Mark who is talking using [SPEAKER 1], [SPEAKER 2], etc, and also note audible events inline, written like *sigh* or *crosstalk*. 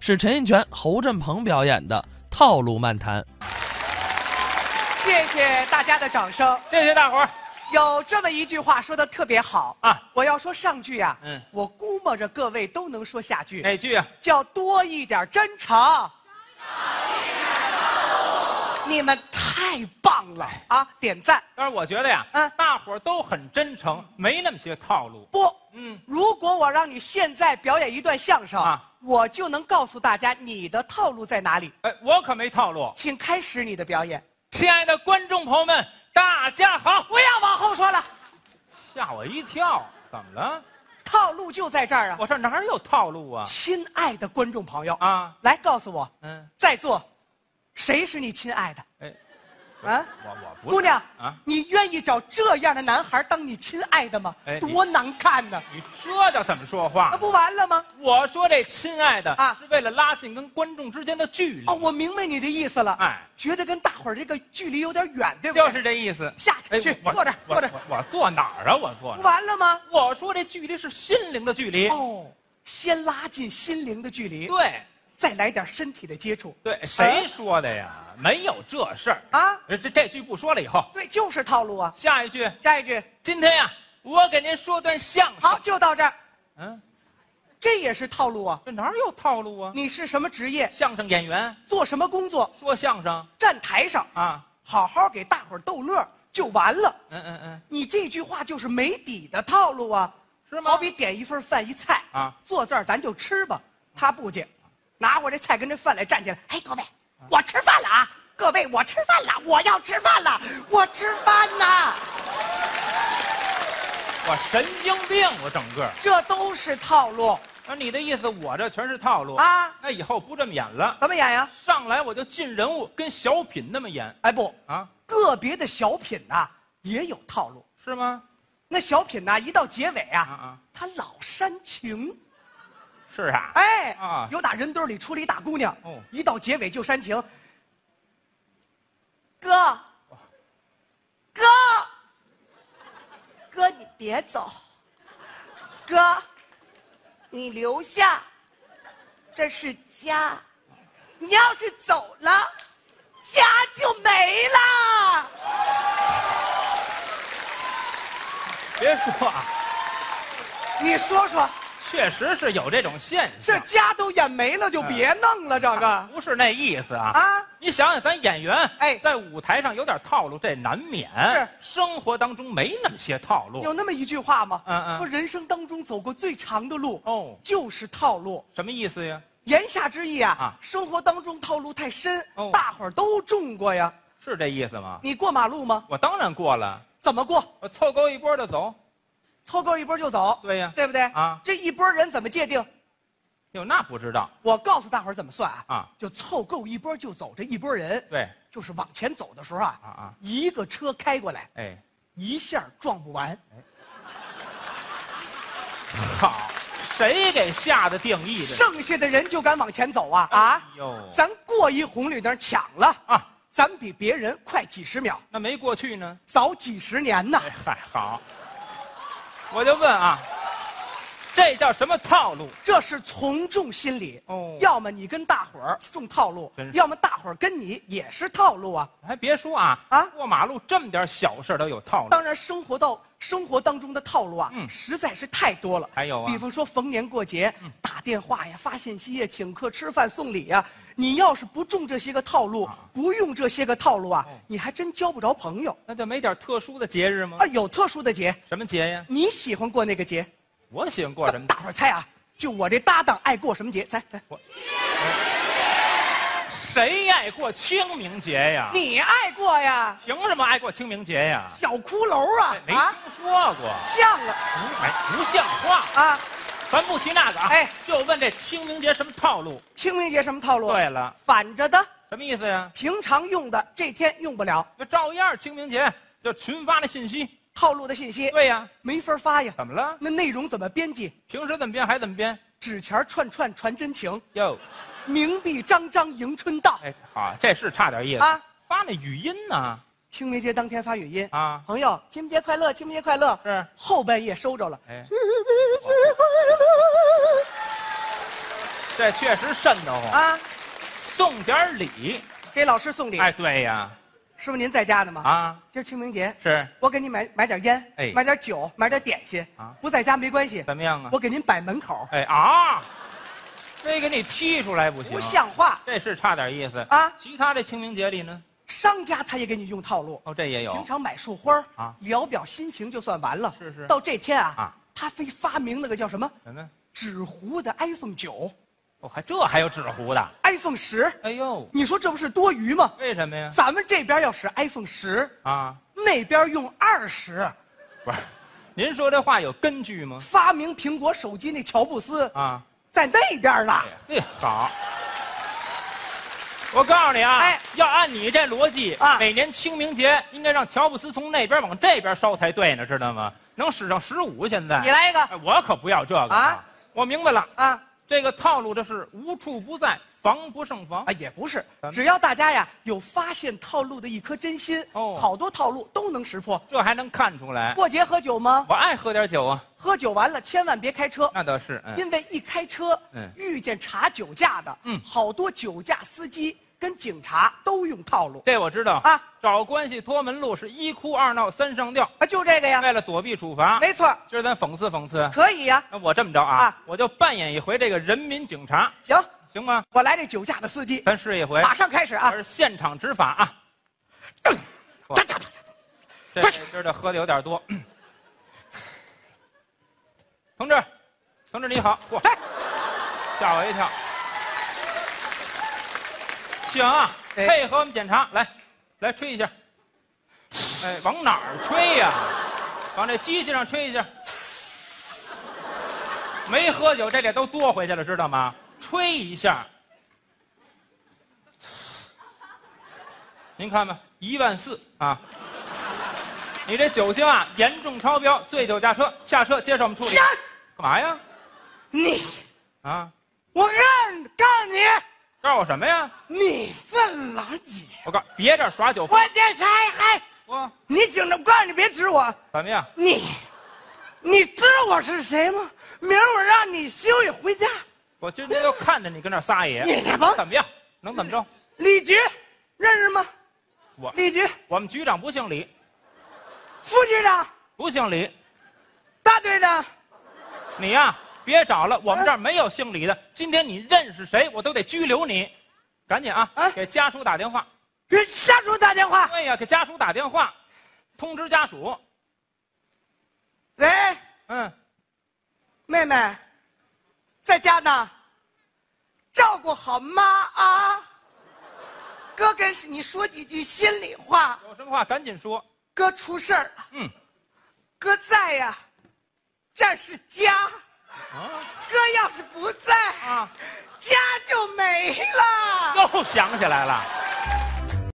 [SPEAKER 1] 是陈印泉、侯振鹏表演的《套路漫谈》。
[SPEAKER 2] 谢谢大家的掌声。
[SPEAKER 3] 谢谢大伙儿。
[SPEAKER 2] 有这么一句话说的特别好
[SPEAKER 3] 啊
[SPEAKER 2] 我要说上句啊，
[SPEAKER 3] 嗯
[SPEAKER 2] 我估摸着各位都能说下句，
[SPEAKER 3] 哪句啊？
[SPEAKER 2] 叫多一点真诚。你们太棒了
[SPEAKER 3] 哎
[SPEAKER 2] 啊！点赞
[SPEAKER 3] 但是我觉得呀，
[SPEAKER 2] 嗯
[SPEAKER 3] 大伙儿都很真诚，没那么些套路。
[SPEAKER 2] 不？
[SPEAKER 3] 嗯，
[SPEAKER 2] 如果我让你现在表演一段相声
[SPEAKER 3] 啊
[SPEAKER 2] 我就能告诉大家你的套路在哪里。
[SPEAKER 3] 哎，我可没套路。
[SPEAKER 2] 请开始你的表演，
[SPEAKER 3] 亲爱的观众朋友们，大家好！
[SPEAKER 2] 不要往后说了，
[SPEAKER 3] 吓我一跳，怎么了？
[SPEAKER 2] 套路就在这儿啊！
[SPEAKER 3] 我这哪儿有套路啊？
[SPEAKER 2] 亲爱的观众朋友
[SPEAKER 3] 啊，
[SPEAKER 2] 来告诉我，
[SPEAKER 3] 嗯，
[SPEAKER 2] 在座谁是你亲爱的？
[SPEAKER 3] 哎，
[SPEAKER 2] 啊，
[SPEAKER 3] 我我不是
[SPEAKER 2] 姑娘
[SPEAKER 3] 啊，
[SPEAKER 2] 你愿意找这样的男孩当你亲爱的吗？
[SPEAKER 3] 哎你
[SPEAKER 2] 多难看呢！
[SPEAKER 3] 你这叫怎么说
[SPEAKER 2] 那
[SPEAKER 3] 话？
[SPEAKER 2] 啊不完了吗？
[SPEAKER 3] 我说这亲爱的
[SPEAKER 2] 啊
[SPEAKER 3] 是为了拉近跟观众之间的距离
[SPEAKER 2] 哦，。我明白你的意思了。
[SPEAKER 3] 哎，
[SPEAKER 2] 觉得跟大伙儿这个距离有点远，对不对？
[SPEAKER 3] 就是这意思。哎
[SPEAKER 2] 下去去
[SPEAKER 3] 我
[SPEAKER 2] 坐这儿
[SPEAKER 3] 我
[SPEAKER 2] 坐这儿
[SPEAKER 3] 我我坐哪儿啊？我坐
[SPEAKER 2] 不
[SPEAKER 3] 哪儿？
[SPEAKER 2] 完了吗？
[SPEAKER 3] 我说这距离是心灵的距离。
[SPEAKER 2] 哦，先拉近心灵的距离，
[SPEAKER 3] 对
[SPEAKER 2] 再来点身体的接触。
[SPEAKER 3] 对，谁说的呀？没有这事儿
[SPEAKER 2] 啊！
[SPEAKER 3] 这这句不说了以后，
[SPEAKER 2] 对，就是套路啊。
[SPEAKER 3] 下一句，
[SPEAKER 2] 下一句，
[SPEAKER 3] 今天呀，我给您说段相声。
[SPEAKER 2] 好，，就到这儿，
[SPEAKER 3] 嗯，
[SPEAKER 2] 这也是套路啊。
[SPEAKER 3] 这哪有套路啊？
[SPEAKER 2] 你是什么职业？
[SPEAKER 3] 相声演员
[SPEAKER 2] 做什么工作？
[SPEAKER 3] 说相声
[SPEAKER 2] 站台上，
[SPEAKER 3] 啊，
[SPEAKER 2] 好好给大伙儿逗乐儿就完了。
[SPEAKER 3] 嗯嗯嗯，
[SPEAKER 2] 你这句话就是没底的套路啊，
[SPEAKER 3] 是吗
[SPEAKER 2] 好比点一份饭一菜
[SPEAKER 3] 啊，
[SPEAKER 2] 坐这儿咱就吃吧。他不介，拿我这菜跟这饭来站起来，哎，各位，我吃饭了啊！各位，我吃饭了，我要吃饭了，我吃饭呐！
[SPEAKER 3] 我神经病，啊我整个。
[SPEAKER 2] 这都是套路，
[SPEAKER 3] 那你的意思，我这全是套路
[SPEAKER 2] 啊
[SPEAKER 3] 那以后不这么演了，
[SPEAKER 2] 怎么演呀？
[SPEAKER 3] 上来我就进人物，跟小品那么演
[SPEAKER 2] 哎，不，
[SPEAKER 3] 啊？
[SPEAKER 2] 个别的小品呐、也有套路。
[SPEAKER 3] 是吗？
[SPEAKER 2] 那小品呐、一到结尾
[SPEAKER 3] 啊
[SPEAKER 2] 啊，
[SPEAKER 3] 啊，
[SPEAKER 2] 他老煽情。
[SPEAKER 3] 是啊。
[SPEAKER 2] 哎，
[SPEAKER 3] 啊
[SPEAKER 2] 有打人堆里出了一大姑娘，
[SPEAKER 3] 哦
[SPEAKER 2] 一到结尾就煽情。哥，哥，哥，你别走，哥，你留下，这是家，你要是走了，家就没了。
[SPEAKER 3] 别说啊，
[SPEAKER 2] 你说说，
[SPEAKER 3] 确实是有这种现
[SPEAKER 2] 这
[SPEAKER 3] 象，
[SPEAKER 2] 家都演没了，就
[SPEAKER 3] 哎
[SPEAKER 2] 别弄了，这个
[SPEAKER 3] 不是那意思啊。
[SPEAKER 2] 啊，
[SPEAKER 3] 你想想，咱演员
[SPEAKER 2] 哎
[SPEAKER 3] 在舞台上有点套路，这难免。
[SPEAKER 2] 是
[SPEAKER 3] 生活当中没那么些套路
[SPEAKER 2] 有那么一句话吗？
[SPEAKER 3] 嗯嗯
[SPEAKER 2] 说人生当中走过最长的路，
[SPEAKER 3] 哦。
[SPEAKER 2] 就是套路。
[SPEAKER 3] 什么意思呀？
[SPEAKER 2] 言下之意啊，
[SPEAKER 3] 啊
[SPEAKER 2] 生活当中套路太深，
[SPEAKER 3] 哦
[SPEAKER 2] 大伙儿都中过呀。
[SPEAKER 3] 是这意思吗？
[SPEAKER 2] 你过马路吗？
[SPEAKER 3] 我当然过了，
[SPEAKER 2] 怎么过？
[SPEAKER 3] 我凑够一波就走。
[SPEAKER 2] 凑够一波就走，
[SPEAKER 3] 对呀
[SPEAKER 2] 对不对？
[SPEAKER 3] 啊
[SPEAKER 2] 这一波人怎么界定？
[SPEAKER 3] 哟，那不知道
[SPEAKER 2] 我告诉大伙儿怎么算啊？
[SPEAKER 3] 啊？
[SPEAKER 2] 就凑够一波就走，这一波人
[SPEAKER 3] 对，
[SPEAKER 2] 就是往前走的时候啊，
[SPEAKER 3] 啊啊，
[SPEAKER 2] 一个车开过来，
[SPEAKER 3] 哎，
[SPEAKER 2] 一下撞不完。
[SPEAKER 3] 好，谁给下的定义的？
[SPEAKER 2] 剩下的人就敢往前走啊啊！
[SPEAKER 3] 哎呦，
[SPEAKER 2] 咱过一红绿灯抢了，
[SPEAKER 3] 啊，
[SPEAKER 2] 咱比别人快几十秒，
[SPEAKER 3] 那没过去呢？
[SPEAKER 2] 早几十年呐。
[SPEAKER 3] 哎嗨，好，我就问啊，这叫什么套路？
[SPEAKER 2] 这是从众心理。
[SPEAKER 3] 哦
[SPEAKER 2] 要么你跟大伙儿中套路
[SPEAKER 3] 真，是
[SPEAKER 2] 要么大伙儿跟你也是套路啊。
[SPEAKER 3] 还别说啊，
[SPEAKER 2] 啊
[SPEAKER 3] 过马路这么点小事儿都有套路。
[SPEAKER 2] 当然，生活到生活当中的套路啊，
[SPEAKER 3] 嗯
[SPEAKER 2] 实在是太多了。
[SPEAKER 3] 还有啊嗯
[SPEAKER 2] 比方说逢年过节、打电话呀、发信息呀、请客吃饭送礼呀，你要是不中这些个套路，
[SPEAKER 3] 啊
[SPEAKER 2] 不用这些个套路啊，
[SPEAKER 3] 哦
[SPEAKER 2] 你还真交不着朋友
[SPEAKER 3] 那就没点特殊的节日吗
[SPEAKER 2] 啊。？有特殊的节，
[SPEAKER 3] 什么节呀？
[SPEAKER 2] 你喜欢过那个节？
[SPEAKER 3] 我喜欢过什么
[SPEAKER 2] 大？伙儿猜啊，就我这搭档爱过什么节？猜猜，
[SPEAKER 3] 谁爱过清明节呀？
[SPEAKER 2] 你爱过呀？
[SPEAKER 3] 凭什么爱过清明节呀？
[SPEAKER 2] 小骷髅啊
[SPEAKER 3] 没
[SPEAKER 2] 啊，
[SPEAKER 3] 听说过。
[SPEAKER 2] 像了
[SPEAKER 3] 哎，不像话！
[SPEAKER 2] 啊。
[SPEAKER 3] 咱不提那个啊，
[SPEAKER 2] 哎
[SPEAKER 3] 就问这清明节什么套路？
[SPEAKER 2] 清明节什么套路？，啊
[SPEAKER 3] 对啊了，
[SPEAKER 2] 反着的，
[SPEAKER 3] 什么意思呀？
[SPEAKER 2] 平常用的这天用不了，
[SPEAKER 3] 那照样清明节就群发那信息。
[SPEAKER 2] 套路的信息
[SPEAKER 3] 对呀，
[SPEAKER 2] 没法发呀。
[SPEAKER 3] 怎么了？
[SPEAKER 2] 那内容怎么编辑？
[SPEAKER 3] 平时怎么编还怎么编？
[SPEAKER 2] 纸钱儿串串传真情，
[SPEAKER 3] 哟，
[SPEAKER 2] 明币张张迎春到。
[SPEAKER 3] 哎，好，这是差点意思
[SPEAKER 2] 啊！
[SPEAKER 3] 发那语音呢？
[SPEAKER 2] 清明节当天发语音，
[SPEAKER 3] 啊，
[SPEAKER 2] 朋友，清明节快乐，清明节快乐。
[SPEAKER 3] 是， *laughs*
[SPEAKER 2] 后半夜收着了，
[SPEAKER 3] 哎，这确实瘆得慌。
[SPEAKER 2] 啊，
[SPEAKER 3] 送点礼，
[SPEAKER 2] 给老师送礼。
[SPEAKER 3] 哎，对呀，
[SPEAKER 2] 师傅您在家呢吗？
[SPEAKER 3] 啊，
[SPEAKER 2] 今儿清明节，
[SPEAKER 3] 是
[SPEAKER 2] 我给你买买点烟，
[SPEAKER 3] 哎
[SPEAKER 2] 买点酒，买点点心。
[SPEAKER 3] 啊
[SPEAKER 2] 不在家没关系，
[SPEAKER 3] 怎么样啊
[SPEAKER 2] 我？给您摆门口，
[SPEAKER 3] 哎啊，非给你踢出来不行
[SPEAKER 2] 不。像话。
[SPEAKER 3] 这是差点意思
[SPEAKER 2] 啊
[SPEAKER 3] 其他的清明节里呢？
[SPEAKER 2] 商家他也给你用套路，
[SPEAKER 3] 哦，这也有
[SPEAKER 2] 平。常买束花啊
[SPEAKER 3] 啊，
[SPEAKER 2] 聊表心情就算完了。
[SPEAKER 3] 是是
[SPEAKER 2] 到这天啊，
[SPEAKER 3] 啊
[SPEAKER 2] 他非发明那个叫什么
[SPEAKER 3] 什么？
[SPEAKER 2] 纸糊的 iPhone 九、
[SPEAKER 3] 哦，还这还有纸糊的？
[SPEAKER 2] iPhone 十，
[SPEAKER 3] 哎呦，
[SPEAKER 2] 你说这不是多余吗？
[SPEAKER 3] 为什么呀？
[SPEAKER 2] 咱们这边要使 iPhone 十，
[SPEAKER 3] 啊，
[SPEAKER 2] 那边用二十。
[SPEAKER 3] 不是，您说这话有根据吗？
[SPEAKER 2] 发明苹果手机那乔布斯
[SPEAKER 3] 啊，
[SPEAKER 2] 在那边呢
[SPEAKER 3] 哎。呀嘿，好。我告诉你啊，
[SPEAKER 2] 哎
[SPEAKER 3] 要按你这逻辑
[SPEAKER 2] 啊
[SPEAKER 3] 每年清明节应该让乔布斯从那边往这边烧才对呢，知道吗？能使上十五，现在
[SPEAKER 2] 你来一个
[SPEAKER 3] 哎我可不要这个
[SPEAKER 2] 啊！
[SPEAKER 3] 我明白了，
[SPEAKER 2] 啊
[SPEAKER 3] 这个套路这是无处不在，防不胜防
[SPEAKER 2] 啊，。也不是
[SPEAKER 3] 哦咱，们
[SPEAKER 2] 只要大家呀有发现套路的一颗真心，
[SPEAKER 3] 哦
[SPEAKER 2] 好多套路都能识破。
[SPEAKER 3] 这还能看出来？
[SPEAKER 2] 过节喝酒吗？
[SPEAKER 3] 我爱喝点酒啊，
[SPEAKER 2] 喝酒完了千万别开车，
[SPEAKER 3] 那倒是，嗯，
[SPEAKER 2] 因为一开车
[SPEAKER 3] 嗯
[SPEAKER 2] 遇见查酒驾的，
[SPEAKER 3] 嗯
[SPEAKER 2] 好多酒驾司机跟警察都用套路
[SPEAKER 3] 这我知道
[SPEAKER 2] 啊。
[SPEAKER 3] 找关系托门路是一哭二闹三上吊，
[SPEAKER 2] 啊，就这个呀，
[SPEAKER 3] 为了躲避处罚。
[SPEAKER 2] 没错，
[SPEAKER 3] 今儿咱讽刺讽刺，
[SPEAKER 2] 可以呀，
[SPEAKER 3] 那我这么着啊
[SPEAKER 2] 啊，
[SPEAKER 3] 我就扮演一回这个人民警察，
[SPEAKER 2] 行，
[SPEAKER 3] 行吗？
[SPEAKER 2] 我来这酒驾的司机，
[SPEAKER 3] 咱试一回，
[SPEAKER 2] 马上开始啊嗯
[SPEAKER 3] 这，是现场执法啊。
[SPEAKER 2] 噔
[SPEAKER 3] 我
[SPEAKER 2] 哒哒哒
[SPEAKER 3] 这
[SPEAKER 2] 不是
[SPEAKER 3] 今儿这喝的有点多。同志，同志你好，嚯，
[SPEAKER 2] 哎
[SPEAKER 3] 吓我一跳。行啊，
[SPEAKER 2] 哎
[SPEAKER 3] 配合我们检查，来，来吹一下。哎，往哪儿吹呀、往这机器上吹一下。没喝酒，这脸都嘬回去了，知道吗？吹一下。您看吧，一万四啊！你这酒精啊，严重超标，醉酒驾车，下车接受我们处理。
[SPEAKER 2] 呀，
[SPEAKER 3] 干嘛呀？
[SPEAKER 2] 你，
[SPEAKER 3] 啊，
[SPEAKER 2] 我按告你，
[SPEAKER 3] 告诉我什么呀？
[SPEAKER 2] 你算老几？
[SPEAKER 3] 我告别这儿耍酒疯
[SPEAKER 2] 我，这才还，
[SPEAKER 3] 我
[SPEAKER 2] 哎你醒着，我告诉你别指我，
[SPEAKER 3] 怎么样？
[SPEAKER 2] 你，你知道我是谁吗？明儿我让你休息回家。
[SPEAKER 3] 我今天就看着你跟那儿撒野，
[SPEAKER 2] 你这帮
[SPEAKER 3] 怎么样？能怎么着？
[SPEAKER 2] 李局，认识吗？
[SPEAKER 3] 我
[SPEAKER 2] 李局，
[SPEAKER 3] 我们局长不姓李，
[SPEAKER 2] 副局长，
[SPEAKER 3] 不姓李，
[SPEAKER 2] 大队长，
[SPEAKER 3] 你呀、别找了，我们这儿没有姓李的。今天你认识谁，我都得拘留你。赶紧啊
[SPEAKER 2] 啊，
[SPEAKER 3] 给家属打电话。哎
[SPEAKER 2] 给下属打电话。
[SPEAKER 3] 对呀、给家属打电话，通知家属。
[SPEAKER 2] 喂，
[SPEAKER 3] 嗯，
[SPEAKER 2] 妹妹，在家呢，照顾好妈啊。哥跟你说几句心里话，
[SPEAKER 3] 有什么话赶紧说。
[SPEAKER 2] 哥出事儿了，
[SPEAKER 3] 嗯，
[SPEAKER 2] 哥在呀、这儿是家，
[SPEAKER 3] 啊
[SPEAKER 2] 哥要是不在，
[SPEAKER 3] 啊，
[SPEAKER 2] 家就没了。
[SPEAKER 3] 又想起来了。